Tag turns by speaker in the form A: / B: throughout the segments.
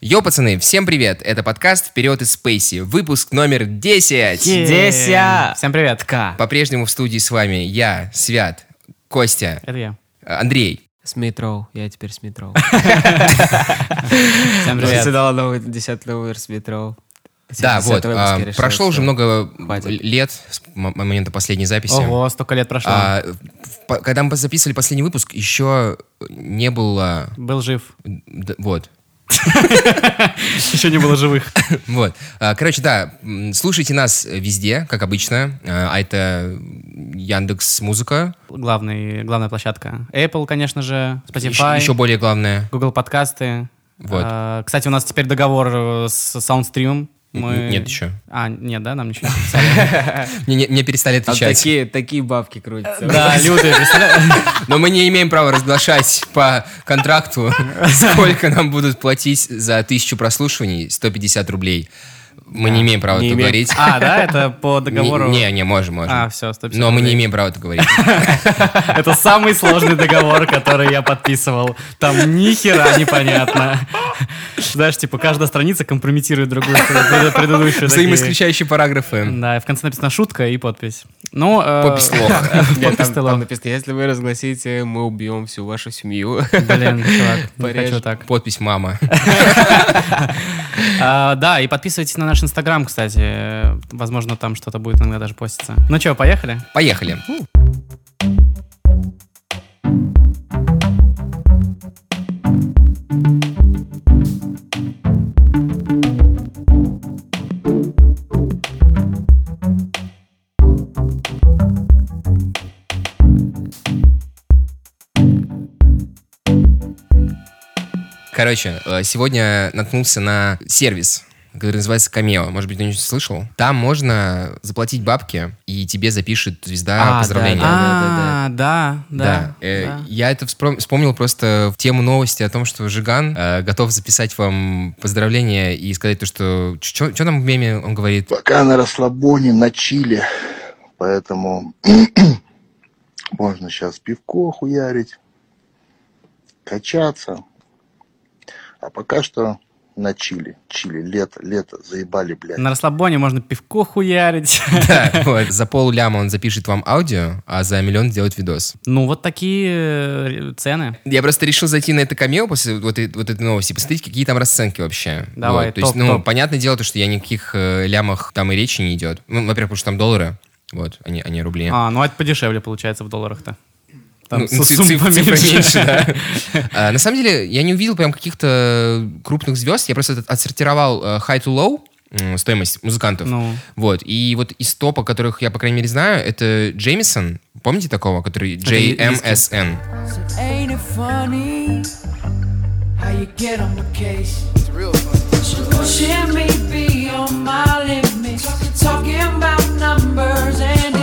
A: Йо, пацаны, всем привет! Это подкаст «Вперед из Спейси», выпуск номер 10.
B: Е.
C: Деся!
B: Всем привет.
C: К.
A: По-прежнему в студии с вами я, Свят, Костя,
B: Это я.
A: э, Андрей.
C: Смитроу. Я теперь Смитроу.
B: Всем
C: Я
B: привет.
C: создала новый 10 номер Смитроу.
A: Да, вот, а, прошло уже много
C: хватит.
A: лет с м- момента последней записи.
B: Ого, столько лет прошло.
A: А, в- по- когда мы записывали последний выпуск, еще не было...
B: Был жив.
A: д- вот,
B: Еще не было живых.
A: Вот. А, Короче, да, м, слушайте нас везде, как обычно. А а это Яндекс Музыка.
B: Главный, главная площадка. Apple, конечно же,
A: Еще,
B: Spotify,
A: еще более главное.
B: Google подкасты.
A: Вот.
B: А, кстати, у нас теперь договор э, с Soundstream. Мы...
A: Н- нет еще.
B: А, нет, да, нам ничего не написали.
A: Мне, не- мне перестали
C: Там
A: отвечать.
C: такие, такие бабки крутятся.
B: Да, люди, представля-
A: Но мы не имеем права разглашать по контракту, сколько нам будут платить за тысячу прослушиваний, 150 рублей. Мы не имеем права
C: не
A: это
C: имеем.
A: говорить.
B: А, да, это по договору.
A: Не, не, не, можем, можем.
B: А, все, 150
A: Но мы не
B: рублей.
A: имеем права это говорить.
B: Это самый сложный договор, который я подписывал. Там ни хера непонятно. Знаешь, типа, каждая страница компрометирует другую пред- предыдущую. такие.
A: Взаимоисключающие параграфы.
B: Да, и в конце написано шутка и подпись. Ну, э,
A: Подпись лох.
C: Нет,
B: подпись
C: там,
B: ты
C: там
B: лох.
C: написано, если вы разгласите, мы убьем всю вашу семью.
B: Блин, чувак, не
C: Порежь.
B: хочу так.
A: Подпись мама.
B: А, да, и подписывайтесь на наш инстаграм, кстати. Возможно, там что-то будет иногда даже поститься. Ну что, поехали?
A: Поехали. Короче, э, сегодня наткнулся на сервис, который называется Камео. Может быть, ты не слышал? Там можно заплатить бабки, и тебе запишет звезда
C: А,
A: поздравления.
C: да,
B: А,
C: да,
B: да, да.
A: Э,
B: да.
A: Я это вспро- вспомнил просто в тему новости о том, что Жиган э, готов записать вам поздравления и сказать то, что... Что там в меме он говорит?
D: Пока на расслабоне, на чиле, поэтому можно сейчас пивко хуярить, качаться. А пока что на чили. Чили, лето, лето, заебали, блядь.
B: На расслабоне можно пивко хуярить.
A: Да, вот. За полляма он запишет вам аудио, а за миллион сделает видос.
B: Ну, вот такие э, цены.
A: Я просто решил зайти на это камео после вот, э- вот этой новости, посмотреть, какие там расценки вообще.
B: Давай,
A: Вот, То есть,
B: топ,
A: ну,
B: топ.
A: понятное дело, то, что я никаких э, лямах там и речи не идет. Ну, во-первых, потому что там доллары, вот, а не, а не рубли.
B: А, ну это подешевле получается в долларах-то. Там
A: Ну,
B: су-
A: ци-
C: типа
B: сумма
A: циф- цифра
B: меньше.
A: меньше, да. А, На самом деле, я не увидел прям каких-то крупных звезд. Я просто от- отсортировал э, high to low м, стоимость музыкантов.
B: Ну.
A: Вот. И вот из топа, которых я, по крайней мере, знаю, это Джеймисон. Помните такого, который Эм JMSN?
E: Ain't it funny how you get on my case? It's real funny. Pushing me beyond my limits. Talking, talking about numbers and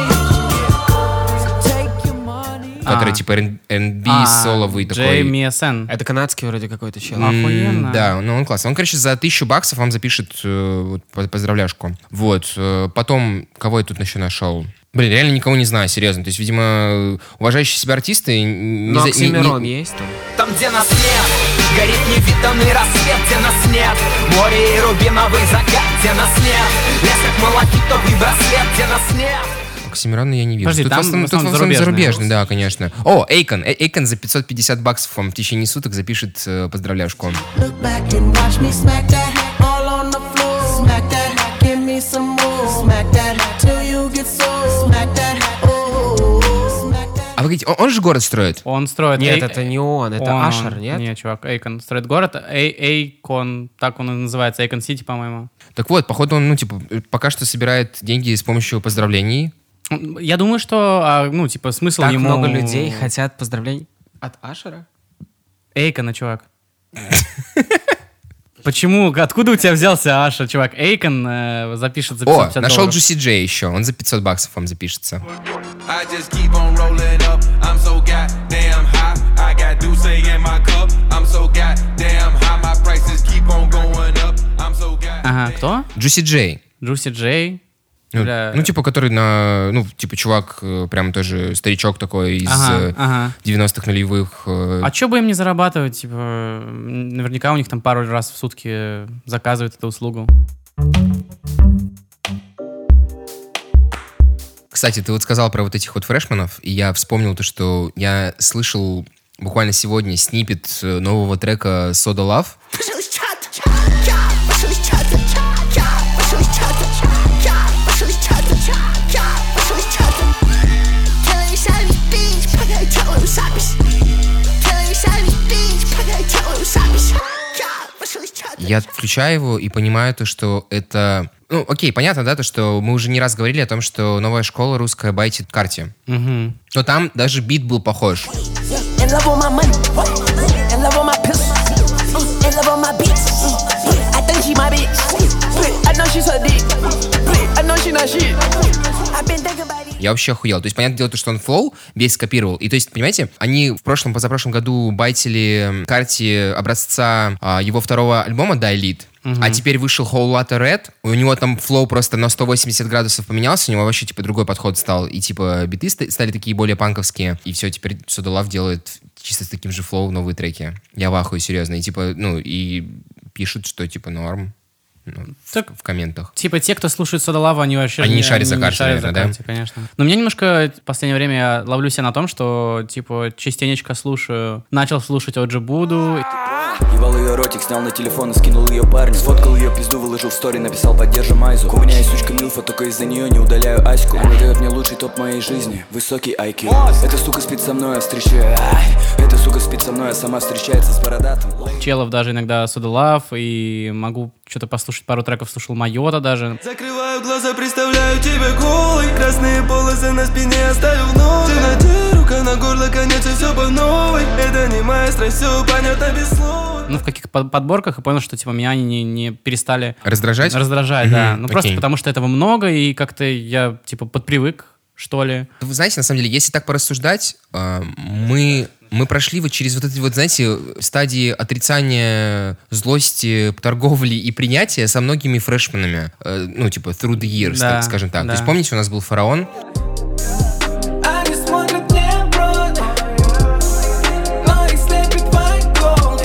E: it. Take your money.
A: Который типа R&B,
B: А,
A: соловый такой.
B: Джейми Сен.
C: Это канадский вроде какой-то
B: Ну,
C: человек.
A: М,
B: Охуенно.
A: Да, ну он классный. Он, короче, за тысячу баксов вам запишет э, вот, по- поздравляшку. Вот. э, Потом, кого я тут еще нашел? Блин, реально никого не знаю, серьезно. То есть, видимо, уважающие себя артисты... н- Не
C: Ну,
B: а
A: за- не-
C: Оксимирон
A: не-
C: есть там?
F: Там, где нас нет, горит невиданный рассвет, где нас нет Море и рубиновый закат, где нас нет Лес, как малахитовый браслет, где нас нет
A: Оксимирона я не вижу.
B: Подожди,
A: тут в
B: там
A: основном,
B: в
A: тут
B: основном
A: в основном
B: зарубежные.
A: зарубежные, да, конечно. О, Эйкон. Э- Эйкон за 550 баксов вам в течение суток запишет э, поздравляшку.
G: Look back and watch me smack that all on the floor. Smack that, give me some more. Smack that till you get sore. Smack that, oh. Smack that.
A: А вы говорите, он, он же город строит?
B: Он строит...
C: Нет,
B: Эй-
C: это не он,
B: он,
C: это Ашер,
B: он.
C: нет?
B: Нет, чувак, Эйкон строит город. Эй- Эйкон, так он и называется, Эйкон Сити, по-моему.
A: Так вот, походу он, ну, типа, э, пока что собирает деньги с помощью поздравлений.
B: Он- Я думаю, что, а, ну, типа, смысл
C: Так
B: ему...
C: много людей хотят поздравлений от Ашера?
B: Эйкона, чувак. Почему? Откуда у тебя взялся Аша, чувак? Эйкон э, запишет за
A: О,
B: 550
A: нашел
B: долларов.
A: Джуси Джей еще. Он за 500 баксов вам запишется.
H: I just keep on rolling up. I'm so goddamn high. I got Douce in my cup. I'm so goddamn high. My prices keep on going up. I'm so goddamn
B: Ага, кто?
A: Джуси Джей.
B: Джуси Джей.
A: Ну,
C: Бля.
A: ну, типа, который на... Ну, типа, чувак, э, прям тоже старичок такой из
B: Ага,
A: э,
B: ага.
A: 90-х нулевых. э,
B: А чё бы им не зарабатывать? Типа, м, наверняка у них там пару раз в сутки э, заказывают эту услугу.
A: Кстати, ты вот сказал про вот этих вот фрешманов, и я вспомнил то, что я слышал буквально сегодня снипет э, нового трека Soda Love. Я включаю его и понимаю то, что это... Ну, окей, понятно, да, то, что мы уже не раз говорили о том, что новая школа русская байтит карте. Но там даже бит был похож.
I: In love with my money, in love with my pills, in love with my bitch. I think she my bitch. I know she's a dick. I know she not shit. I've been thinking about it.
A: Я вообще охуел. То есть, понятное дело, то, что он флоу весь скопировал. И то есть, понимаете, они в прошлом, позапрошлом году байтили карте образца а, его второго альбома «Die Lead». А теперь вышел Whole Lotta Red, у него там флоу просто на 180 градусов поменялся, у него вообще, типа, другой подход стал, и, типа, биты ста- стали такие более панковские, и все, теперь Soda Love делает чисто с таким же флоу новые треки. Я в ахуе, серьезно, и, типа, ну, и пишут, что, типа, норм Ну, в-
B: Так-
A: в комментах.
B: Типа те, кто слушает Содолаву, они вообще...
A: Они не шарят за
B: не
A: карты,
B: шарят за
A: наверное, да?
B: карты, конечно. Но меня немножко в последнее время я ловлю себя на том, что, типа, частенечко слушаю. Начал слушать Оджи Буду.
J: Ебал ее ротик, снял на телефон и скинул ее парню Сфоткал ее пизду, выложил в стори, написал поддержим Айзу У меня есть сучка Милфа, только из-за нее не удаляю Аську Она дает мне лучший топ моей жизни, высокий IQ Эта сука спит со мной, а встречаю Эта сука спит со мной, а сама встречается с бородатым
B: Челов даже иногда Содолав. И могу что-то послушать. Пару треков слушал Майота даже.
H: Закрываю глаза, представляю тебя голой Красные полосы на спине оставил вновь В темноте, рука на горло, конец и все по новой Это не моя страсть, все понятно без слов
B: Ну, в каких под- подборках и понял, что, типа, меня они не, не перестали
A: Раздражать?
B: раздражать, да.
A: Мгм,
B: Ну, просто
A: окей.
B: потому что этого много, и как-то я, типа, подпривык, что ли.
A: Вы знаете, на самом деле, если так порассуждать, э, мы мы прошли вот через вот эти вот, знаете, стадии отрицания, злости, торговли и принятия со многими фрешменами. Э, Ну, типа, through the years,
B: Да,
A: так скажем так.
B: да.
A: То есть, помните, у нас был фараон?
E: Они смотрят мне в рот Но их слепит white gold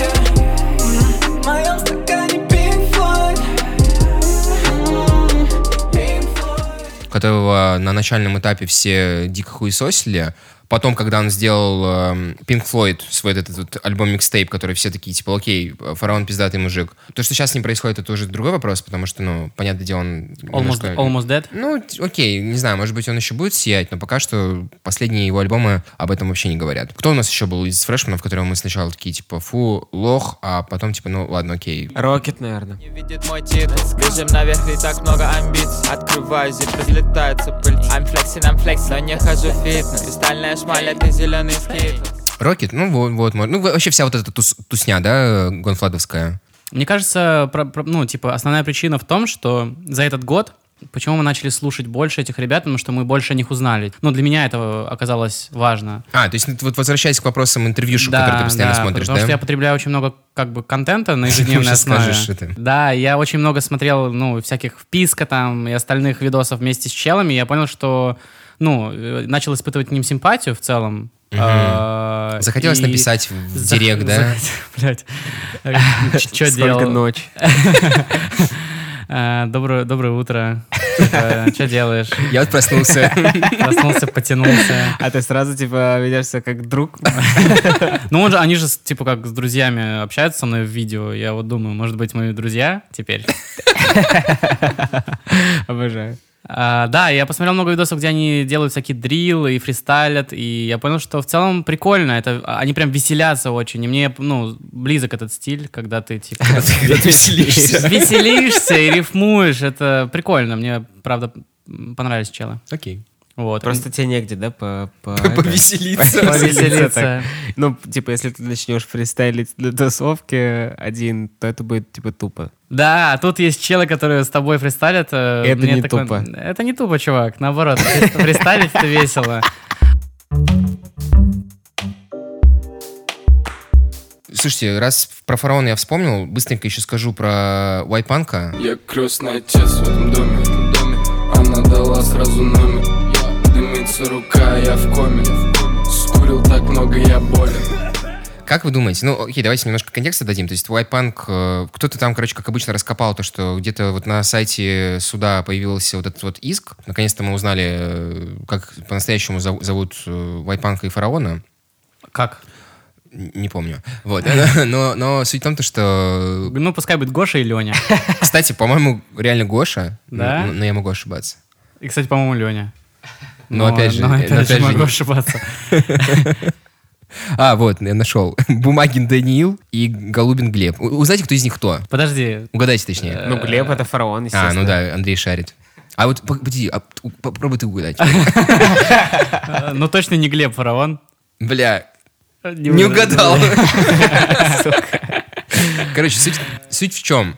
E: В моем стакане Pink Floyd М, Pink Floyd
A: которого на начальном этапе все дико хуесосили. Потом, когда он сделал эм, Pink Floyd, свой этот, вот альбом микстейп, который все такие, типа, окей, фараон пиздатый мужик. То, что сейчас с ним происходит, это уже другой вопрос, потому что, ну, понятное дело, он...
B: Almost,
A: немножко-
B: almost Dead.
A: Ну, т- окей, не знаю, может быть, он еще будет сиять, но пока что последние его альбомы об этом вообще не говорят. Кто у нас еще был из фрешманов, которого мы сначала такие, типа, фу, лох, а потом, типа, ну, ладно, окей.
C: Рокет, наверное.
F: Видит мой тип, бежим наверх и так много амбиций Открываю зип, разлетается пыль I'm flexing, I'm flexing, но не хожу в фитнес Кристальная шмаль, это зеленый скит
A: Рокет, ну, вот, вот, мож- ну, вообще вся вот эта тус- тусня, да, э, гонфладовская.
B: Мне кажется, про- про- ну, типа, основная причина в том, что за этот год Почему мы начали слушать больше этих ребят? Потому что мы больше о них узнали. Ну, для меня это оказалось важно.
A: А, то есть, ну, вот возвращаясь к вопросам интервьюшек, которые ты постоянно
B: да,
A: смотришь,
B: потому
A: да?
B: что я потребляю очень много как бы контента на ежедневной
A: Сейчас
B: основе.
A: скажешь это.
B: Да, я очень много смотрел, ну, всяких вписка там и остальных видосов вместе с челами, и я понял, что, ну, э, начал испытывать к ним симпатию в целом. А,
A: Захотелось
B: и-
A: написать в
B: Зах-
A: директ, да?
B: зах- Блядь. Что
C: Сколько
B: делал?
C: ночь.
B: А, Доброе доброе утро. Что делаешь?
A: Я вот проснулся.
B: Проснулся, потянулся.
C: А ты сразу, типа, ведешься как друг.
B: Ну, он же- они же, типа, как с друзьями общаются со мной в видео. Я вот думаю, может быть, мои друзья теперь.
C: Обожаю.
B: А, да, я посмотрел много видосов, где они делают всякие дриллы и фристайлят, и я понял, что в целом прикольно, это а, они прям веселятся очень, и мне, ну, близок этот стиль, когда ты, типа, веселишься и рифмуешь, это прикольно, мне, правда, м, понравились челы.
A: Окей.
B: Вот.
C: Просто тебе негде, да, по... по-
A: Повеселиться.
B: повеселиться.
C: это? Ну, типа, если ты начнешь фристайлить на тусовке один, то это будет, типа, тупо.
B: Да, тут есть челы, которые с тобой фристайлят. э,
C: Это
B: мне
C: не
B: такое-
C: тупо.
B: Это не тупо, чувак, наоборот, фри- фристайлить это весело.
A: Слушайте, раз про фараона я вспомнил, быстренько еще скажу про Вайпанка.
H: Я крестный отец в этом доме, в этом доме
K: Она дала сразу номер Дымится рука, я в коме Скурил так много, я болен
A: Как вы думаете? Ну, окей, давайте немножко контекста дадим. То есть Вайпанк, э, кто-то там, короче, как обычно, раскопал то, что где-то вот на сайте суда появился вот этот вот иск. Наконец-то мы узнали, э, как по-настоящему зов- зовут э, Вайпанка и Фараона.
B: Как?
A: Н- Не помню. Вот. Но, но суть в том, то, что...
B: Ну, пускай будет Гоша и Леня.
A: Кстати, по-моему, реально Гоша.
B: Да?
A: Но, но я могу ошибаться.
B: И, кстати, по-моему, Леня.
A: Но опять же-
B: но
A: но
B: опять
A: опять
B: же
A: же-
B: могу ошибаться.
A: А, вот, я нашел. Бумагин Даниил и Голубин Глеб. У- Узнайте, кто из них кто.
B: Подожди,
A: Угадайте точнее.
C: Ну, Глеб это фараон, естественно.
A: Э, А, ну да, Андрей шарит. А вот, пог- подожди, а т- у- попробуй ты угадать.
B: э, ну точно не Глеб Фараон.
A: Бля,
B: Э,
A: не
B: угадал.
A: угадал. Короче, суть, суть в чем?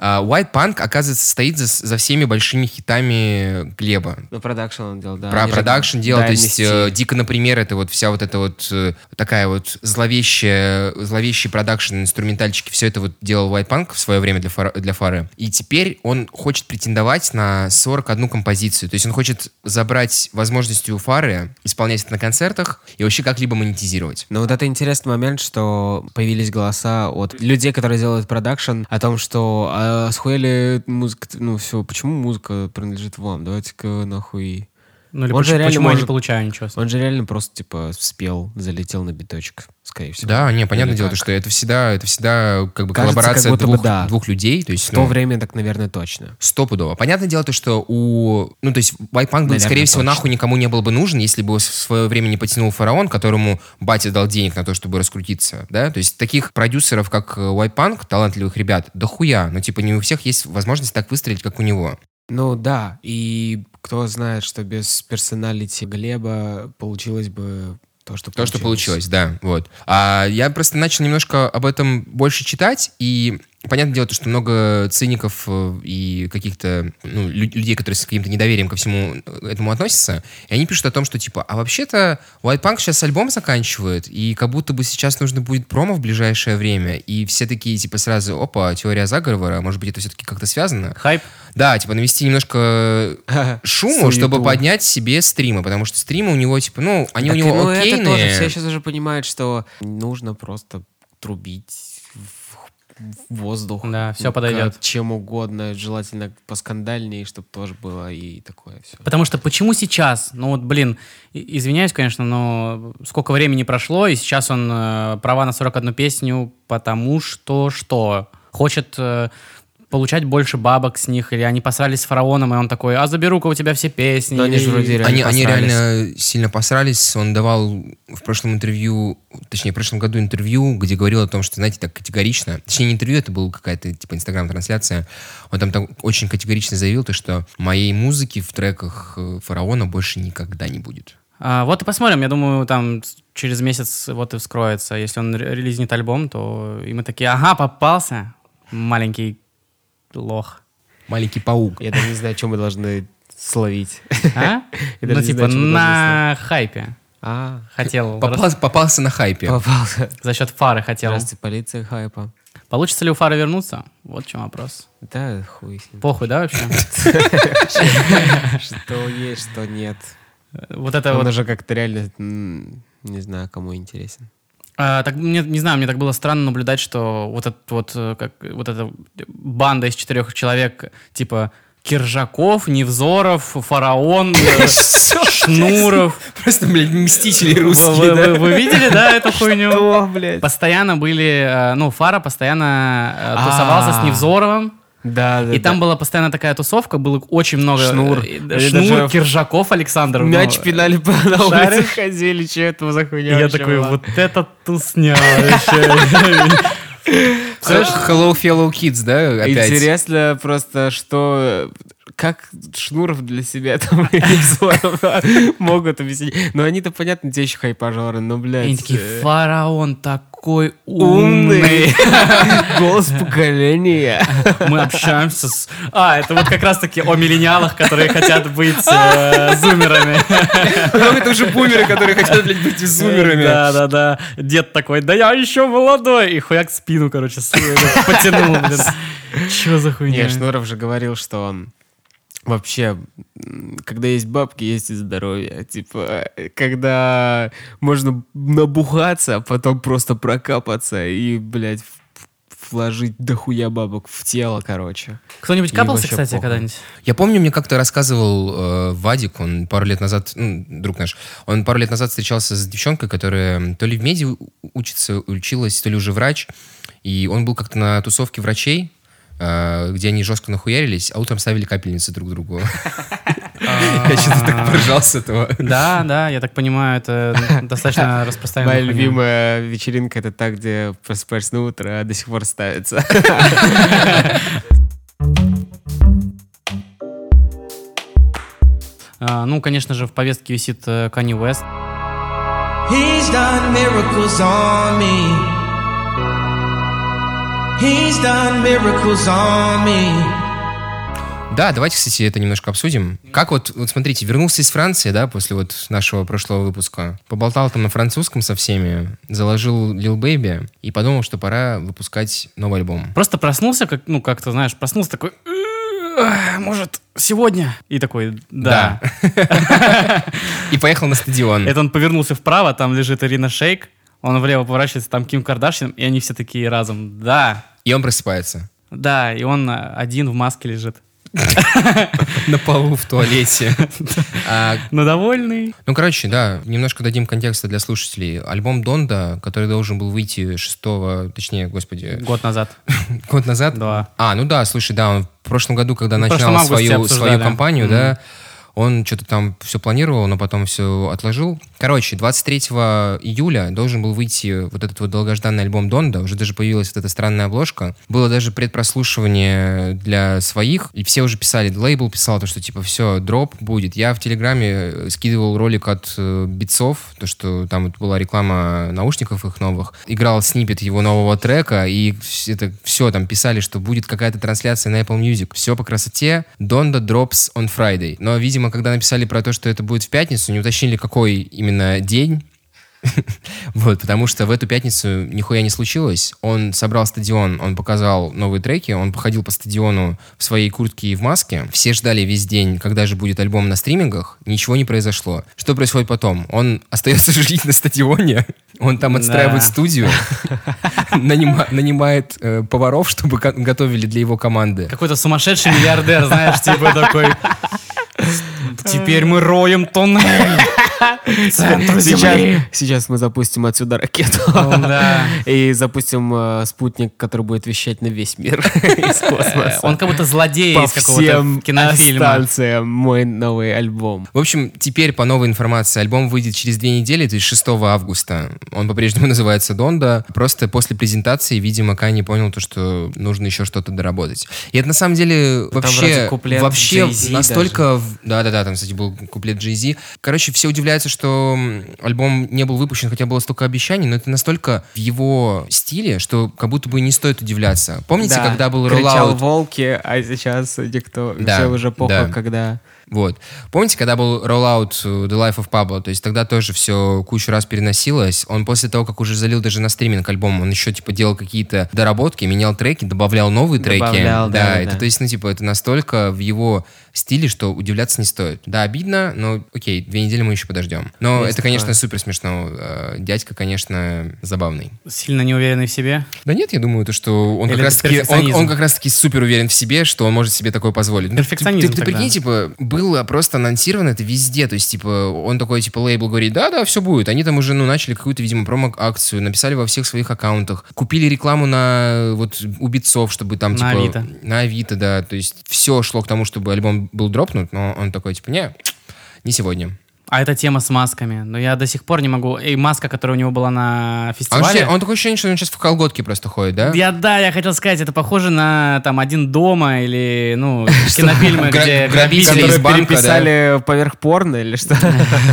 A: А, White Punk, оказывается, стоит за, с- за всеми большими хитами Глеба.
C: Ну, продакшн он делал, да.
A: Про
C: Они же
A: продакшн дело, то есть
C: дальности.
A: э, дико, например, это вот вся вот эта вот э, такая вот зловещая, зловещий продакшн, инструментальчики, все это вот делал White Punk в свое время для, Фар- для Фары. И теперь он хочет претендовать на 41 композицию, то есть он хочет забрать возможность у Фары исполнять это на концертах и вообще как-либо монетизировать.
C: Но Ну, вот это интересный момент, что появились голоса от людей, которые делают продакшн, о том, что а, схуели музыка, ну все, почему музыка принадлежит вам? Давайте-ка нахуй.
B: Ну или
C: Он же
B: поч-
C: реально
B: почему я не
C: может-
B: получаю ничего? с-
C: Он же реально просто типа спел, залетел на биточек, скорее всего.
A: Да, не, понятное
C: Или
A: дело, то,
C: как?
A: что это всегда, это всегда как бы
C: Кажется, как
A: коллаборация
C: будто бы
A: двух,
C: да.
A: двух людей, то есть
C: В то
A: ну,
C: время так, наверное, точно.
A: Стопудово. Понятное дело, то, что у... Ну, то есть, Вайпанк, был,
C: Наверное,
A: скорее всего,
C: точно.
A: нахуй никому не был бы нужен, если бы в свое время не потянул фараон, которому батя дал денег на то, чтобы раскрутиться, да? То есть, таких продюсеров, как э, Вайпанк, талантливых ребят, да хуя. Но, типа, не у всех есть возможность так выстрелить, как у него.
C: Ну да, и кто знает, что без персоналити Глеба получилось бы то, что
A: То, что получилось, да, вот. А я просто начал немножко об этом больше читать, и понятное дело, то, что много циников э, и каких-то ну, лю- людей, которые с каким-то недоверием ко всему э, этому относятся, и они пишут о том, что типа, а вообще-то White Punk сейчас альбом заканчивает, и как будто бы сейчас нужно будет промо в ближайшее время, и все такие типа сразу, опа, теория заговора, может быть, это все-таки как-то связано?
B: Хайп?
A: Да, типа навести немножко шуму,
C: Суету.
A: чтобы поднять себе стримы, потому что стримы у него, типа, ну, они
C: Так,
A: у него
C: ну, это
A: окейные.
C: тоже, все сейчас уже понимают, что нужно просто трубить в- в воздух.
B: Да, всё
C: Ну,
B: подойдет.
C: как- Чем угодно, желательно поскандальнее, чтобы тоже было и такое все.
B: Потому что почему сейчас? Ну вот, блин, и- извиняюсь, конечно, но сколько времени прошло, и сейчас он э, права на 41 песню, потому что что? Хочет э, получать больше бабок с них, или они посрались с фараоном, и он такой, а заберу-ка у тебя все песни.
C: Но они
B: или-
C: же вроде
A: Они, они
C: посрались.
A: реально сильно посрались. Он давал в прошлом интервью, точнее, в прошлом году интервью, где говорил о том, что, знаете, так категорично, точнее, не интервью, это была какая-то, типа, инстаграм-трансляция, он там так очень категорично заявил, то, что моей музыки в треках э, Фараона больше никогда не будет.
B: А, вот и посмотрим, я думаю, там с- через месяц вот и вскроется. Если он ре- релизнет альбом, то и мы такие, ага, попался, маленький лох.
A: Маленький паук.
C: Я даже не знаю, чем мы должны словить.
B: А?
C: Я
B: Ну
C: даже не
B: типа
C: знаю, чем мы
B: на хайпе
C: А,
B: хотел.
A: Попал- попался на хайпе.
C: попался.
B: За счет фары хотел.
C: Здравствуйте, полиция хайпа.
B: Получится ли у фары вернуться? Вот в чем вопрос.
C: Да, хуй с ним.
B: Похуй, да, вообще?
C: Что есть, что нет.
B: Вот это
C: Он
B: А вот.
C: уже как-то реально, м, не знаю, кому интересен.
B: А, так, мне, не знаю, мне так было странно наблюдать, что вот этот вот, э, как, вот эта банда из четырех человек, типа Киржаков, Невзоров, Фараон, э, Шнуров.
A: Просто, блядь, мстители
B: Вы- Вы вы видели, да, эту хуйню?
C: блядь?
B: Постоянно были, э, ну, Фара постоянно э, тусовался с
C: А.
B: Невзоровым.
C: Да, да.
B: И там
C: да.
B: была постоянно такая тусовка, было очень много...
C: Шнур.
B: э,
C: Или
B: Шнур,
C: даже
B: Киржаков, Александр.
C: мяч
B: ну,
C: пинали по на
B: шаришь?
C: улице ходили, че это за
B: И
C: хуйня?
B: Я
C: вообще
B: такой,
C: была?
B: вот это тусня вообще.
A: Hello, fellow kids, да, опять?
C: Интересно просто, что э, как Шнуров для себя там и Невзоров, да, могут объяснить. Но они-то, понятно, те еще хайпа жанра, но,
B: И
C: блядь...
B: Они такие,
C: э,
B: фараон такой умный.
C: умный. Голос поколения.
B: Мы общаемся с... А, это вот как раз таки о миллениалах, которые хотят быть э, зумерами.
A: Потом это уже бумеры, которые хотят, блядь, быть зумерами.
B: Да-да-да. Дед такой, да я еще молодой. И хуяк спину, короче, с- потянул. блин. Чё за хуйня?
C: Не, Шнуров же говорил, что он Вообще, м, когда есть бабки, есть и здоровье. Типа, э, когда можно набухаться, а потом просто прокапаться и, блядь, в- вложить дохуя бабок в тело, короче.
B: Кто-нибудь
C: И
B: капался,
C: вообще
B: кстати,
C: похуй.
B: когда-нибудь?
A: Я помню, мне как-то рассказывал э, Вадик, он пару лет назад, ну, друг наш, он пару лет назад встречался с девчонкой, которая то ли в меди у- учится, училась, то ли уже врач. И он был как-то на тусовке врачей, э, где они жестко нахуярились, а утром ставили капельницы друг другу. Я что-то так поржал с этого.
B: Да, да, я так понимаю, это достаточно распространенная
C: Моя
B: хуйня.
C: любимая вечеринка — это та, где просыпаешься на утро, а до сих пор ставится.
B: А, Ну, конечно же, в повестке висит э, Kanye West.
L: He's done miracles on me. He's done miracles on me.
A: Да, давайте, кстати, это немножко обсудим. Как вот, вот смотрите, вернулся из Франции, да, после вот нашего прошлого выпуска. Поболтал там на французском со всеми, заложил Lil Baby и подумал, что пора выпускать новый альбом.
B: Просто проснулся, как, ну, как-то, знаешь, проснулся такой... «Э, Может, сегодня? И такой, да.
A: И поехал на стадион.
B: Это он повернулся вправо, там лежит Ирина Шейк, он влево поворачивается, там Ким Кардашьян, и они все такие разом, да.
A: И он просыпается.
B: Да, и он э, один в маске лежит.
A: На полу в туалете. А,
B: Но довольный.
A: Ну, короче, да, немножко дадим контекста для слушателей. Альбом Донда, который должен был выйти 6, точнее, господи,
B: Год назад.
A: год назад.
B: Да.
A: А, ну да, слушай, да, он в прошлом году, когда
B: Ну, в прошлом
A: начинал
B: августе
A: свою,
B: обсуждали.
A: свою компанию,
B: Мгм.
A: да, он что-то там все планировал, но потом все отложил. Короче, 23 июля должен был выйти вот этот вот долгожданный альбом Донда. Уже даже появилась вот эта странная обложка. Было даже предпрослушивание для своих. И все уже писали, лейбл писал то, что типа все, дроп будет. Я в Телеграме э, скидывал ролик от э, Битцов, то, что там вот была реклама наушников их новых. Играл снипет его нового трека, и вс- это все там писали, что будет какая-то трансляция на Apple Music. Все по красоте. Donda drops on Friday. Но, видимо, когда написали про то, что это будет в пятницу, не уточнили, какой именно день. Вот, потому что в эту пятницу нихуя не случилось. Он собрал стадион, он показал новые треки, он походил по стадиону в своей куртке и в маске. Все ждали весь день, когда же будет альбом на стримингах. Ничего не произошло. Что происходит потом? Он остается жить на стадионе, он там
B: Да.
A: отстраивает студию, нанима- нанимает э, поваров, чтобы ко- готовили для его команды.
B: Какой-то сумасшедший миллиардер, знаешь, типа такой... Теперь мы роем тоннель. к центру
C: Сейчас,
B: земли.
C: сейчас мы запустим отсюда ракету.
B: Да.
C: И запустим э, спутник, который будет вещать на весь мир из космоса.
B: Он как будто злодей
C: По
B: из какого-то
C: всем
B: кинофильма.
C: станциям мой новый альбом.
A: В общем, теперь по новой информации альбом выйдет через две недели, то есть 6 августа. Он по-прежнему называется Донда. Просто после презентации, видимо, Кани понял то, что нужно еще что-то доработать. И это на самом деле вообще,
C: вроде куплет
A: вообще
C: Jay-Z
A: настолько... в- Да-да-да, там, кстати, был куплет Jay-Z. Короче, все удивляются, что м, альбом не был выпущен, хотя было столько обещаний, но это настолько в его стиле, что как будто бы не стоит удивляться. Помните,
C: Да,
A: когда был
C: Кричал
A: роллаут
C: волки, а сейчас никто...
A: Да,
C: Все уже похуй,
A: да.
C: когда...
A: Вот. Помните, когда был роллаут э, The Life of Pablo, то есть тогда тоже все кучу раз переносилось. Он после того, как уже залил даже на стриминг альбом, он еще типа делал какие-то доработки, менял треки, добавлял новые треки.
C: Добавлял, да, да,
A: это
C: да.
A: то есть, ну типа это настолько в его стиле, что удивляться не стоит. Да, обидно, но окей, две недели мы еще подождем. Но
C: Есть
A: это, конечно,
C: такое.
A: супер смешно. Э, Дядька, конечно, забавный.
B: Сильно неуверенный в себе.
A: Да нет, я думаю, то, что он
B: Или
A: как,
B: это
A: раз таки, он,
B: перфекционизм?
A: он как раз таки супер уверен в себе, что он может себе такое позволить. Ну, ты-
B: Перфекционизм
A: Ты, ты,
B: тогда.
A: прикинь, типа, было просто анонсировано это везде. То есть, типа, он такой, типа, лейбл говорит, да-да, все будет. Они там уже, ну, начали какую-то, видимо, промо-акцию, написали во всех своих аккаунтах, купили рекламу на, вот, у битцов, чтобы там,
B: На
A: типа...
B: Авито.
A: На Авито, да. То есть, все шло к тому, чтобы альбом был дропнут, но он такой, типа, не, не сегодня.
B: А это тема с масками. Но я до сих пор не могу... И маска, которая у него была на
A: А он,
B: фестивале...
A: он такое ощущение, что он сейчас в колготке просто ходит, да?
B: Я, да, я хотел сказать, это похоже на там «Один дома» или, ну, кинофильмы,
A: Гра-
B: где
A: грабители
B: грабители...
A: из банка,
C: переписали поверх порно или что?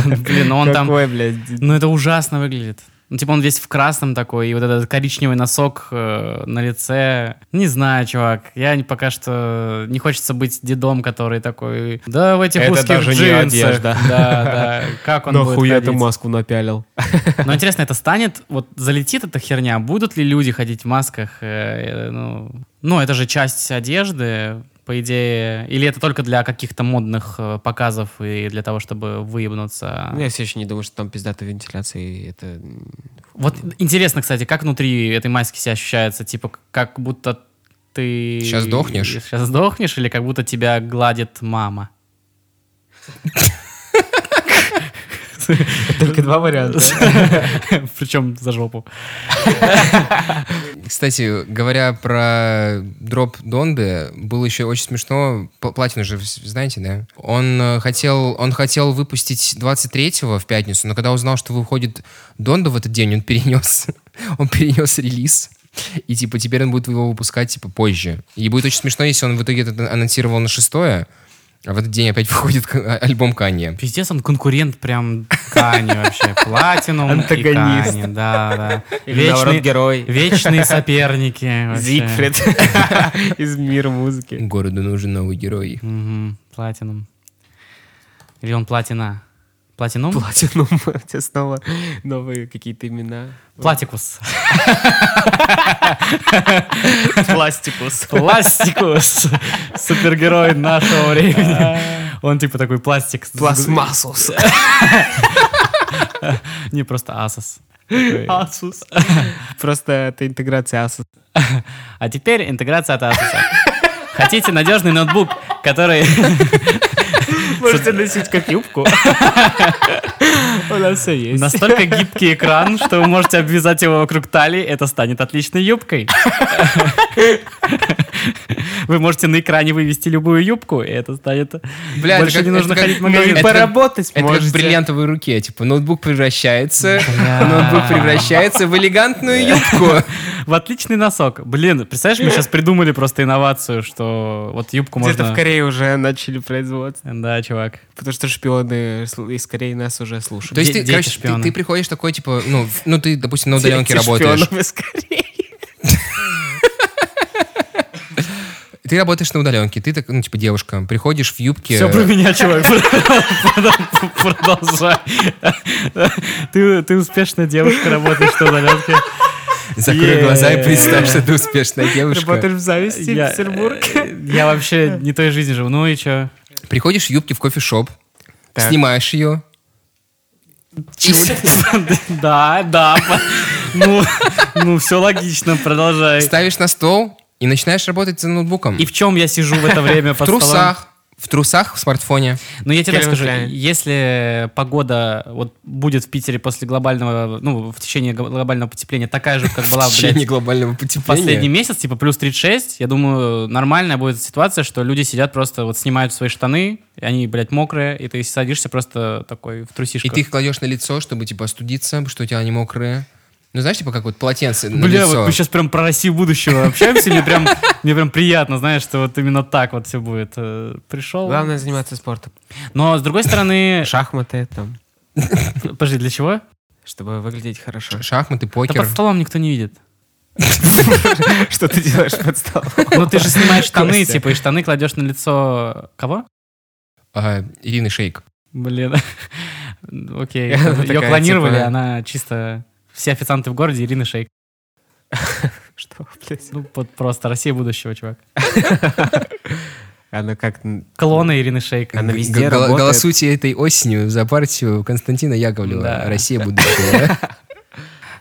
B: Блин, ну он там...
C: Какой, блядь,
B: Ну это ужасно выглядит. Ну, типа он весь в красном такой, и вот этот коричневый носок э, на лице. Не знаю, чувак, я не- пока что не хочется быть дедом, который такой, да, в этих
C: Это
B: узких
C: даже не
B: джинсах.
C: одежда.
B: Да, да, как он будет
C: Нахуя ты
B: ходить?
C: маску напялил?
B: Но интересно, это станет, вот залетит эта херня, будут ли люди ходить в масках? э, э, ну, ну, это же часть одежды, по идее, или это только для каких-то модных э, показов и для того, чтобы выебнуться?
C: Ну, Я все еще не думаю, что там пиздатая вентиляция, и это... м,
B: Вот интересно, кстати, как внутри этой маски себя ощущается? Типа, к- как будто ты...
A: Сейчас сдохнешь?
B: Сейчас сдохнешь, или как будто тебя гладит мама?
C: Только два варианта.
B: Причем за жопу.
A: Кстати, говоря про дроп Донды, было еще очень смешно. П- Платина же, в- знаете, да? Он э, хотел, он хотел выпустить 23-го в пятницу, но когда узнал, что выходит Донда в этот день, он перенес, он перенес релиз. И типа теперь он будет его выпускать типа позже. И будет очень смешно, если он в итоге это анонсировал на шестое, а в этот день опять выходит к- а- альбом Канье.
B: Пиздец, он конкурент прям Кани вообще. Платинум
C: Антагонист.
B: и Кани, да, да.
C: Или, наоборот, герой.
B: Вечные соперники. вообще.
C: Зигфрид из мира музыки.
A: Городу нужен новый герой.
B: Мгм, Платинум. Или он платина? Платинум?
C: Платинум, у тебя снова новые какие-то имена.
B: Платикус.
C: Пластикус.
B: Пластикус. Супергерой нашего времени. Он типа такой пластик.
C: Пластмассус.
B: Не, просто Асос.
C: Асус. Просто это интеграция Асус.
B: А теперь интеграция от Asus. Хотите надежный ноутбук, который...
C: Можете носить как юбку. У нас все есть.
B: Настолько гибкий экран, что вы можете обвязать его вокруг талии, это станет отличной юбкой. Вы можете на экране вывести любую юбку, и это станет...
A: Бля, это
B: Больше
A: как-
B: не
A: это
B: нужно
A: как-
B: ходить в
A: это
B: магазин.
A: как-
C: Поработать
A: Это как в
C: можете.
A: бриллиантовой руке, типа ноутбук превращается,
B: Бля.
A: ноутбук превращается в элегантную юбку.
B: В отличный носок. Блин, представляешь, мы сейчас придумали просто инновацию, что вот юбку
C: Где-то в
B: можно...
C: Корее уже начали производство.
B: Да, чувак.
C: Потому что шпионы сл- из Кореи нас уже слушают.
A: То есть
B: Де-
A: ты,
B: дети
A: короче, ты-
B: шпионы.
A: ты приходишь такой, типа, ну, в- ну ты, допустим, на удаленке
C: Дети
A: работаешь.
C: шпионов из Кореи.
A: Ты работаешь на удаленке, ты так, ну, типа, девушка, приходишь в юбке.
B: Все про меня, чувак. Продолжай. Ты, ты успешная девушка, работаешь на удаленке.
A: Закрой глаза и представь,
B: Е-е-е.
A: что ты успешная девушка.
C: Работаешь в зависти в
B: Я- э,
C: Петербурге.
B: Я вообще не той жизни живу. Ну и чё?
A: Приходишь в юбке в кофешоп,
C: Так.
A: снимаешь ее.
B: Да, да. по- Ну, ну все логично, продолжай.
A: Ставишь на стол и начинаешь работать за ноутбуком.
B: И в чем я сижу в это время
A: в
B: под столом?
A: трусах. В трусах в смартфоне.
B: Ну, я тебе так скажу,
C: Кремль.
B: если погода вот будет в Питере после глобального, ну, в течение гл- глобального потепления такая же, как была,
A: в течение
B: А, блядь,
A: глобального
B: в
A: потепления.
B: последний месяц, типа плюс 36, я думаю, нормальная будет ситуация, что люди сидят просто, вот снимают свои штаны, и они, блядь, мокрые, и ты садишься просто такой в трусишках.
A: И ты их кладешь на лицо, чтобы, типа, остудиться, что у тебя они мокрые. Ну, знаешь, типа, как вот полотенце на
B: Бля,
A: лицо.
B: вот мы сейчас прям про Россию будущего общаемся, мне прям, мне прям приятно, знаешь, что вот именно так вот все будет. Э, Пришел.
C: Главное заниматься спортом.
B: Но с другой стороны,
C: Шахматы там,
B: подожди, для чего?
C: чтобы выглядеть хорошо.
A: Шахматы,
B: Да
A: покер.
B: под столом никто не видит.
C: Что ты делаешь под столом?
B: Ну ты же снимаешь штаны,
C: Костя.
B: типа, и штаны кладешь на лицо кого?
A: А, Ирина Шейк.
B: Блин. Окей.
C: Она
B: Ее
C: такая,
B: клонировали,
C: типа-
B: она чисто... Все официанты в городе Ирина Шейк.
C: Что, блядь?
B: Ну, вот просто Россия будущего, чувак.
C: Она А ну как...
B: Клона Ирины Шейк.
C: Она
A: Г- гол-
C: везде работает.
A: Голосуйте этой осенью за партию Константина Яковлева.
B: Да.
A: Россия будущего.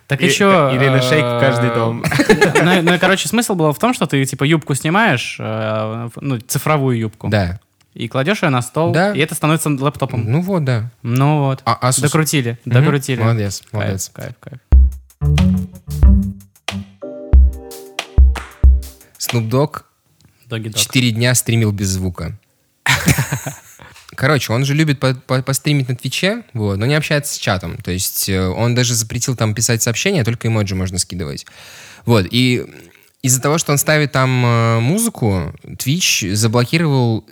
B: Так
C: И-
B: еще...
C: Ирина Шейк
A: э,
C: в каждый дом.
B: Ну, и- ну и, короче, смысл был в том, что ты, типа, юбку снимаешь, э, ну, цифровую юбку,
A: Да.
B: и кладешь ее на стол,
A: Да.
B: и это становится лэптопом.
A: Ну вот, да.
B: Ну вот.
A: А Asus?
B: Докрутили,
A: Мгм.
B: докрутили.
A: Молодец,
B: Кайф,
A: молодец.
B: Кайф, кайф.
A: Snoop Dogg
B: Доги дог.
A: четыре дня стримил без звука. Короче, он же любит по- по- постримить на Твиче, вот, но не общается с чатом. То есть э, он даже запретил там писать сообщения, только эмоджи можно скидывать. Вот, и из-за того, что он ставит там э, музыку, Twitch заблокировал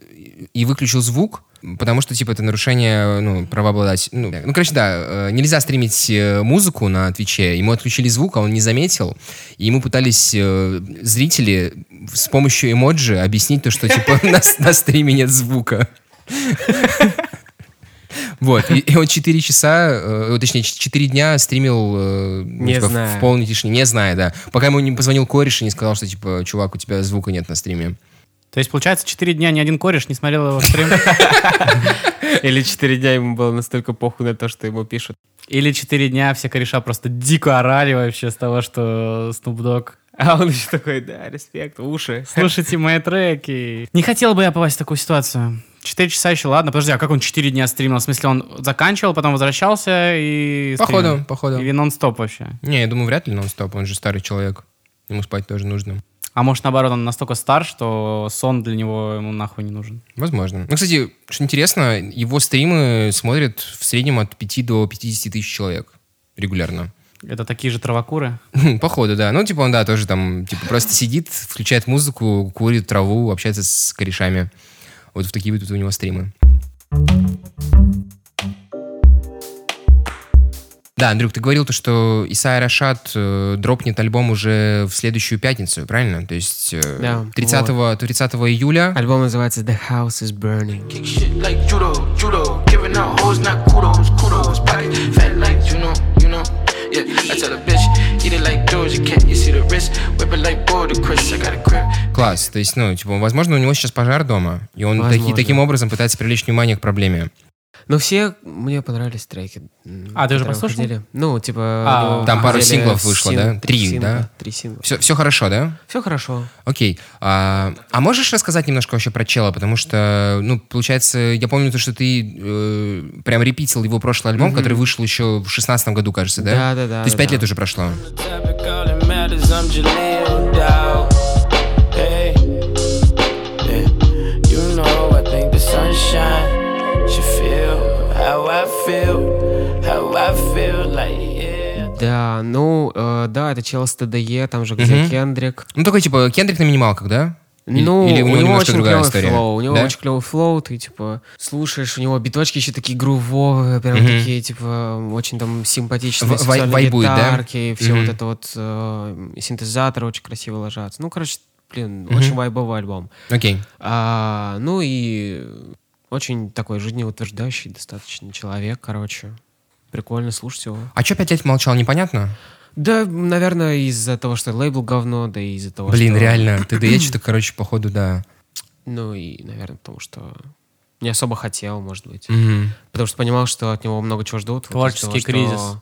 A: и выключил звук, потому что, типа, это нарушение, ну, правообладать. Ну, ну, короче, да, э, нельзя стримить э, музыку на Твиче. Ему отключили звук, а он не заметил. И ему пытались э, зрители с помощью эмоджи объяснить то, что, типа, на с- на стриме нет звука. Вот, и, и он 4 часа, э, точнее, 4 дня стримил э, ну,
C: Не
A: типа, в-
C: зная.
A: в полной тишине, не зная, да. Пока ему не позвонил кореш и не сказал, что, типа, чувак, у тебя звука нет на стриме.
B: То есть, получается, 4 дня ни один кореш не смотрел его стрим?
C: Или четыре дня ему было настолько похуй на то, что ему пишут.
B: Или 4 дня все кореша просто дико орали вообще с того, что Snoop Dogg
C: А он еще такой, да, респект, уши.
B: Слушайте мои треки. Не хотел бы я попасть в такую ситуацию. Четыре часа еще, ладно. Подожди, а как он четыре дня стримил? В смысле, он заканчивал, потом возвращался и... стримил?
A: Походу, походу.
B: Или нон-стоп вообще?
A: Не, я думаю, вряд ли нон-стоп, он же старый человек. Ему спать тоже нужно.
B: А может, наоборот, он настолько стар, что сон для него ему нахуй не нужен.
A: Возможно. Ну, кстати, что интересно, его стримы смотрят в среднем от 5 до 50 тысяч человек регулярно.
B: Это такие же травокуры.
A: Походу, да. Ну, типа он, да, тоже там, типа, просто сидит, включает музыку, курит траву, общается с корешами. Вот в такие вот у него стримы. Да, Андрюк, ты говорил то, что Исайя Рашат э, дропнет альбом уже в следующую пятницу, правильно? То есть э,
C: Да,
A: 30, 30 июля.
C: Альбом называется The House is Burning.
M: Kick shit like judo, judo. Giving out hoes, not kudos, kudos. Pocket fat like Juno, you know. Yeah, I tell a bitch, eat it like Doja Cat. You see the wrist, whip it like Border Chris. I got a grip.
A: Класс. То есть, ну, типа, возможно, у него сейчас пожар дома, и он таки-
C: Возможно.
A: таким образом пытается привлечь внимание к проблеме.
C: Но Ну, все мне понравились треки. м,
B: А, ты уже
C: которые
B: послушал?
C: выходили. Ну, типа...
A: А,
C: ну,
A: Там пару
C: выходили
A: синглов вышло,
C: син-
A: да? Три,
C: сингла,
A: да?
C: Три сингла.
A: Все, все хорошо, да?
C: Все хорошо.
A: Окей. А, а можешь рассказать немножко вообще про Чела? Потому что, ну, получается, я помню то, что ты э, прям репитил его прошлый альбом,
M: Мгм.
A: который вышел еще в шестнадцатом году, кажется, да?
M: Да-да-да,
A: То есть пять
M: да.
A: лет уже прошло.
M: topic, all that matters, I'm Jaleel Dow. Hey, yeah. you know I think the sunshine should feel how I feel, how I feel like yeah.
C: Да, ну, э, да, это чел с ТДЕ, там же где
A: Мгм.
C: Кендрик.
A: Ну, такой, типа, Кендрик на минималках, да? Или-
C: Ну,
A: или у него, немножко
C: очень
A: другая
C: клевый
A: история?
C: флоу, у него
A: Да?
C: очень клевый флоу, ты, типа, слушаешь, у него биточки еще такие грувовые, прям
A: Мгм.
C: такие, типа, очень там симпатичные
A: Вай-
C: сексуальные
A: вайбует, да?
C: гитарки, и все
A: Мгм.
C: вот это вот, э, синтезаторы очень красиво ложатся. Ну, короче, блин,
A: Мгм.
C: очень вайбовый альбом.
A: Окей.
C: А, ну и очень такой жизнеутверждающий достаточно человек, короче. Прикольно слушать его.
A: А что пять лет молчал, непонятно?
C: Да, наверное, из-за того, что лейбл говно, да и из-за того,
A: Блин,
C: что...
A: реально, ты да что-то, короче, походу, да.
C: Ну и, наверное, потому что не особо хотел, может быть.
A: Мгм.
C: Потому что понимал, что от него много чего ждут. вот из-за
B: Творческий кризис.
C: что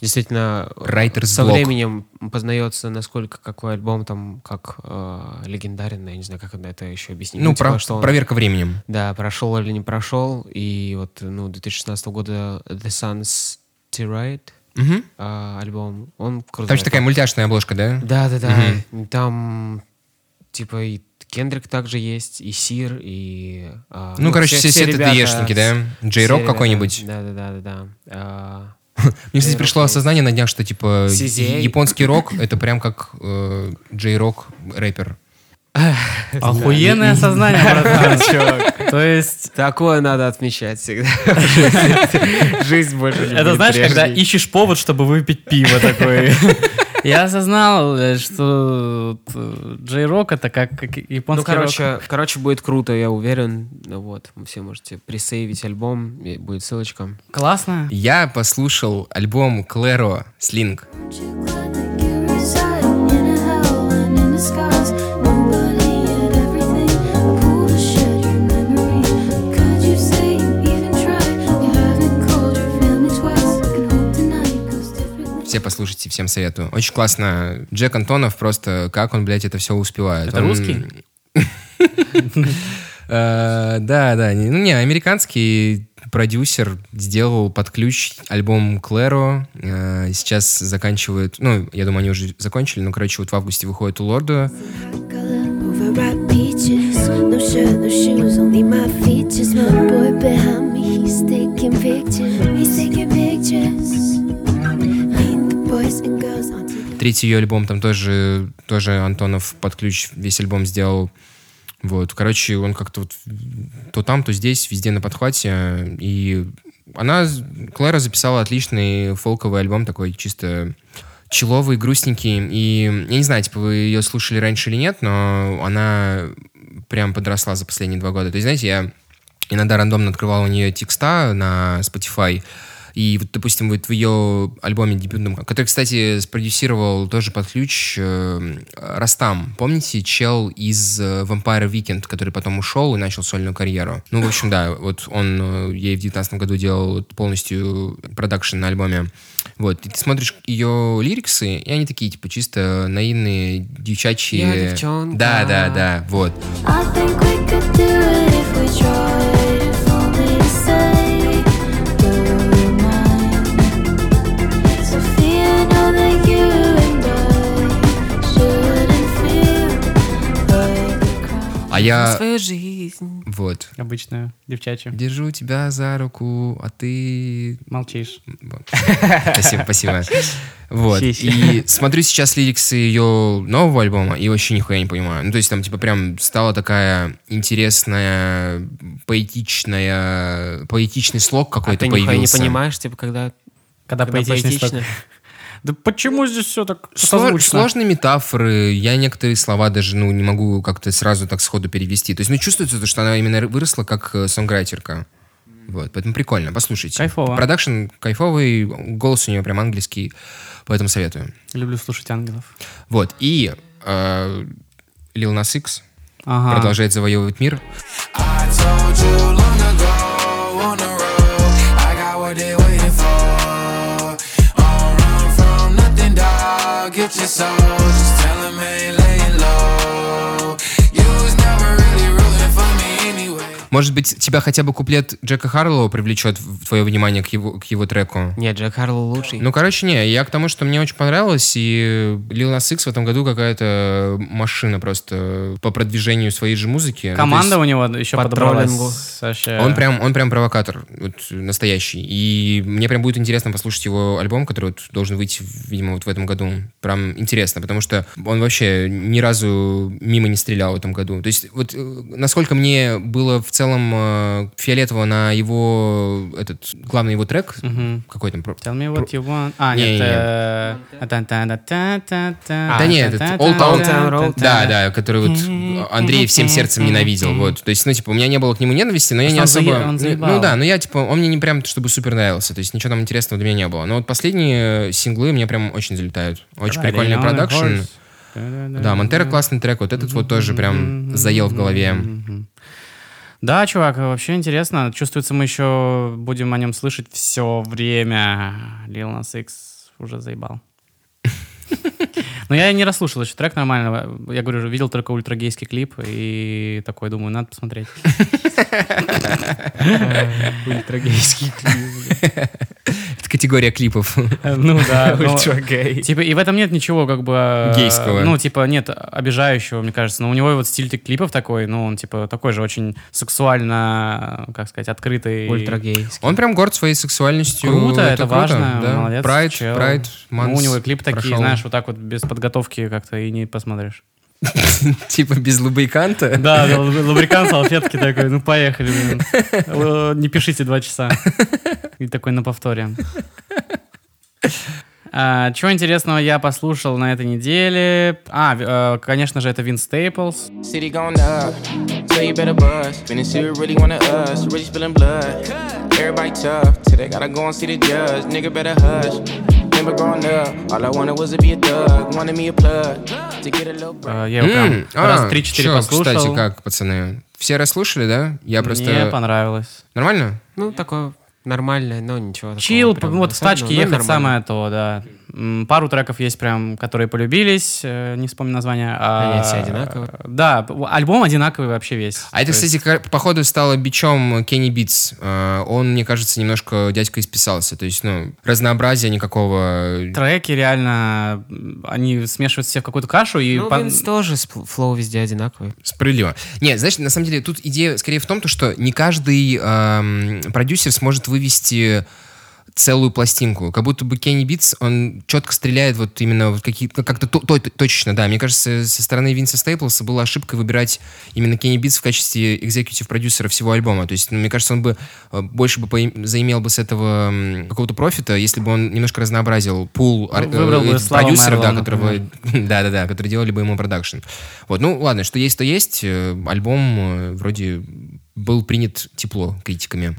C: Действительно, э,
A: Writer's
C: со
A: block.
C: временем познается, насколько какой альбом там как э, легендарен, я не знаю, как это еще объяснить.
A: Ну,
C: типа,
A: про-
C: что он-
A: проверка временем.
C: Да, прошел или не прошел. И вот, ну, 2016 года The Sun's T-Right
A: Мгм.
C: а, альбом, он крутой.
A: Там же такая мультяшная обложка, да?
C: Да, да, да.
A: Мгм.
C: Там типа и Кендрик также есть, и Сир, и... а,
A: Ну, короче, все- все
C: ребята
A: TDE-шники, да?
C: с-
A: J-Rock
C: все ребята.
A: какой-нибудь.
C: Да, да, да, да, да. А,
A: Мне, кстати,
C: J-Rock
A: пришло
C: есть.
A: осознание на днях, что, типа,
C: CZA.
A: японский рок — это прям как э, J-рок рэпер.
B: Охуенное сознание, братан.
C: Чувак.
B: То есть...
C: Такое надо отмечать всегда. Жизнь больше не
B: Это
C: будет
B: знаешь, когда
C: прежней.
B: ищешь повод, чтобы выпить пиво такое. Я осознал, э, что э, Джей-рок это как как японский
C: Ну, короче,
B: рок.
C: короче, будет круто, я уверен. Ну Вот, вы все можете присейвить альбом, и будет ссылочка.
B: Классно.
A: Я послушал альбом Клэро «Слинг». Все послушайте, всем советую. Очень классно. Джек Антонов просто, как он, блядь, это все успевает.
B: Это
A: Он-
B: русский?
A: Э, Да, да. не- Ну, не, американский продюсер сделал под ключ альбом Клэро. Э, Сейчас заканчивают... Ну, я думаю, они уже закончили. Ну, короче, вот в августе выходит у Лорда.
N: Overripe peaches, no shirt, no shoes, only my features. My boy behind me, he's taking pictures. He's taking pictures. Lead the boys and girls onto the
A: Третий ее альбом там тоже, тоже Антонов под ключ весь альбом сделал. Вот, короче, он как-то вот то там, то здесь, везде на подхвате. И она, Клэра, записала отличный фолковый альбом, такой чисто человый, грустненький. И я не знаю, типа, вы ее слушали раньше или нет, но она прям подросла за последние два года. То есть, знаете, я иногда рандомно открывал у нее текста на Spotify, и И вот, допустим, вот в ее альбоме дебютном, который, кстати, спродюсировал тоже под ключ э, Растам. Помните, чел из э, Vampire Weekend, который потом ушел и начал сольную карьеру? Ну, в общем, да, вот он э, ей в 19 году делал вот полностью продакшн на альбоме. Вот, и ты смотришь ее лириксы, и они такие, типа, чисто наивные, девчачьи.
C: Я девчонка.
A: Да, да, да, вот.
N: I think we could do it if we tried. If only you say, you're in mine. Sophia, know that you and I shouldn't feel like we
A: А я...
O: Свою жизнь.
A: Вот.
B: Обычную, девчачью.
A: Держу тебя за руку, а ты...
B: Молчишь.
A: Вот. Спасибо, спасибо. Вот.
B: Щи-щи.
A: И смотрю сейчас лириксы ее нового альбома и вообще нихуя не понимаю. Ну, то есть там, типа, прям стала такая интересная, поэтичная... Поэтичный слог
C: А
A: какой-то
C: ты нихуя
A: появился.
C: не понимаешь, типа, когда...
B: Когда поэтичный слог.
C: поэтично.
B: Да почему здесь все так
A: Сло-
B: созвучно?
A: сложные метафоры, я некоторые слова даже ну, не могу как-то сразу так сходу перевести. То есть, ну, чувствуется, то, что она именно выросла как э, сонграйтерка. Вот, поэтому прикольно, послушайте.
B: Кайфово.
A: Продакшн кайфовый, голос у нее прям английский, поэтому советую.
B: Люблю слушать ангелов.
A: Вот, и э, Lil Nas X
B: Ага.
A: продолжает завоевывать мир.
L: I told you long ago on the road, I got what they waiting for. Don't run from nothing, dog. Get your soul. Just tell 'em I ain't laying low. You was never really rooting for me anyway.
A: Может быть, тебя хотя бы куплет Джека Харлоу привлечет в твое внимание к его, к его треку?
C: Нет, Джек Харлоу лучший.
A: Ну, короче, не, я к тому, что мне очень понравилось, и Lil Nas X в этом году какая-то машина просто по продвижению своей же музыки. Ну, то
B: Команда
A: есть
B: у него еще
C: по
B: подобралась.
C: троллингу.
B: вообще.
A: Он прям, он прям провокатор, вот, настоящий. И мне прям будет интересно послушать его альбом, который вот должен выйти, видимо, вот в этом году. Прям интересно, потому что он вообще ни разу мимо не стрелял в этом году. То есть вот э, насколько мне было в целом э, фиолетово на его этот главный его трек,
B: Мгм.
A: какой там про-
B: Tell me what you want. А,
A: Не,
B: нет.
A: не, не.
B: э, та-та-та-та-та,
A: да нет, этот Old Town,
B: та-та-та-та-та.
A: да, да, который вот Андрей всем сердцем ненавидел, вот. То есть, ну, типа, у меня не было к нему ненависти, но я
B: Просто
A: не
B: он
A: особо...
B: зае- он
A: ну,
B: заебал.
A: Ну да, но я, типа, он мне не прям, чтобы супер нравился, то есть ничего там интересного для меня не было. Но вот последние синглы мне прям очень залетают. Очень
B: Riding
A: прикольный
B: on a
A: продакшн.
B: horse. Да-да-да.
A: Да, Монтера классный трек, вот этот вот тоже прям заел в голове.
B: Да, чувак, вообще интересно. Чувствуется, мы еще будем о нем слышать все время. Lil Nas X уже заебал. Но я не расслушал еще трек нормально. Я говорю, видел только ультрагейский клип и такой думаю, надо посмотреть.
C: Ультрагейский клип.
A: Это категория клипов.
B: Ну да. но-
C: Ультрагей.
B: Типа, и в этом нет ничего как бы... э,
A: Гейского.
B: Ну, типа, нет обижающего, мне кажется. Но у него вот стиль т- клипов такой, ну, он, типа, такой же очень сексуально, как сказать, открытый.
C: Ультрагейский.
A: Он прям горд своей сексуальностью.
B: Круто, это, важно,
A: да.
B: молодец.
A: Прайд,
B: чел.
A: Прайд,
B: Ну, у
A: Month
B: него и клипы такие,
A: прошел.
B: знаешь, вот так вот без подготовки как-то и не посмотришь.
A: Типа без лубриканта.
B: Да, да, луб- лубрикан, салфетки такой, ну поехали, блин. Э, Не пишите два часа. И такой на повторе. А, чего интересного я послушал на этой неделе? А, ви- э, конечно же, это Вин Стейплс.
L: City going up, so you better bust. Been see who really one of us, really spilling blood. Everybody tough, today gotta go and see the judge. Nigga better hush. Remember growing up, all I wanted was to be a thug. Wanted me a plug to get a little
B: Э, я его прям
A: М, а,
B: раз 3-4
A: чё,
B: послушал.
A: Кстати, как, пацаны? Все расслушали, да? Я просто...
B: Мне понравилось.
A: Нормально?
C: Ну, такое нормальное, но ничего. такого
B: Чил,
C: прям
B: вот в
C: особенного,
B: тачке
C: но
B: ехать
C: Ну,
B: самое
C: нормально.
B: то, да. М, Пару треков есть прям, которые полюбились, э, не вспомню название. а-
C: Они все одинаковые.
B: Да, п- альбом одинаковый вообще весь.
A: А это,
B: То
A: кстати, ка- походу стало бичом Кенни Битс. Э, Он, мне кажется, немножко дядька исписался. То есть, ну, разнообразия никакого...
B: треки реально, м, они смешивают все в какую-то кашу и...
C: Ну,
B: по-
C: Винс тоже спл- флоу везде одинаковый.
A: Справедливо. Нет, знаешь, на самом деле тут идея скорее в том, то, что не каждый эм, продюсер сможет вывести целую пластинку. Как будто бы Кенни Битс, он четко стреляет вот именно вот какие, как- как-то то- то- точечно, да. Мне кажется, со стороны Винса Стейплса была ошибка выбирать именно Кенни Битс в качестве экзекутив-продюсера всего альбома. То есть, ну, мне кажется, он бы э, больше бы поим- заимел бы с этого м, какого-то профита, если бы он немножко разнообразил пул ар-
B: Ну, выбрал
A: э,
B: бы
A: этих
B: Славу
A: продюсеров, да,
B: Мэрлоу,
A: которого,
B: например.
A: да-да-да, которые делали бы ему продакшн. Вот, ну ладно, что есть, то есть. Э, Альбом э, вроде был принят тепло критиками.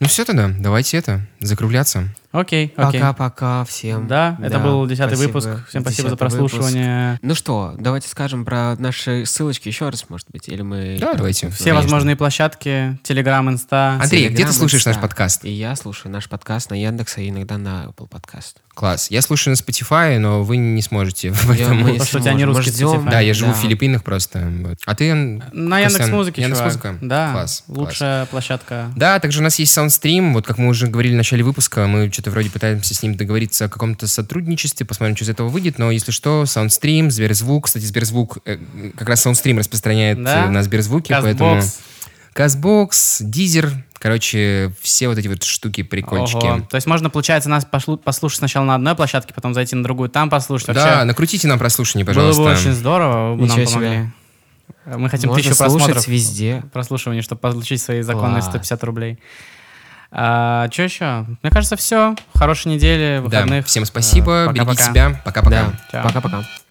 A: Ну все тогда, давайте это, закругляться.
B: Окей, окей.
C: Пока-пока всем.
B: Да, это был 10-й выпуск. Всем спасибо за
C: 10-й выпуск.
B: прослушивание.
C: Ну что, давайте скажем про наши ссылочки еще раз, может быть, или мы...
A: Да, давайте.
B: Все возможные площадки, Телеграм,
C: А
B: Инста.
A: Андрей, где ты слушаешь наш
C: Инста.
A: подкаст?
C: И я слушаю наш подкаст на Яндекс, а иногда на Apple подкаст.
A: Класс. Я слушаю на Spotify, но вы не сможете.
C: мы
A: Поэтому...
C: не Потому что у тебя не сможем. русский Ждем. Spotify.
A: Да, я живу
C: Да.
A: в Филиппинах просто. Вот. А ты...
B: На Яндекс.Музыке,
A: Яндекс.Музыка?
B: чувак. Да,
A: Класс.
B: лучшая площадка.
A: Да, также у нас есть саундстрим. Вот как мы уже говорили в начале выпуска, мы что-то вроде пытаемся с ним договориться о каком-то сотрудничестве, посмотрим, что из этого выйдет. Но если что, саундстрим, Сберзвук. Кстати, Сберзвук, э, как раз саундстрим распространяет
B: Да?
A: э, на Сберзвуке,
B: Кастбокс.
A: поэтому... Казбокс, Дизер, короче, все вот эти вот штуки, прикольчики.
B: Ого. То есть можно, получается, нас пошлу- послушать сначала на одной площадке, потом зайти на другую, там послушать. Вообще,
A: Да, накрутите нам прослушивание,
B: было
A: пожалуйста.
B: бы очень здорово, вы бы нам
A: Ничего себе.
B: помогли. Мы хотим
C: Можно
B: тысячу
C: слушать
B: просмотров.
C: везде.
B: Прослушивание, чтобы получить свои законные
C: Класс.
B: 150 рублей. А, что еще? Мне кажется, все. Хорошей недели,
A: Да,
B: выходных.
A: всем спасибо,
B: А,
A: берегите
B: пока-пока.
A: себя. Пока-пока.
B: Чао.
C: Пока-пока.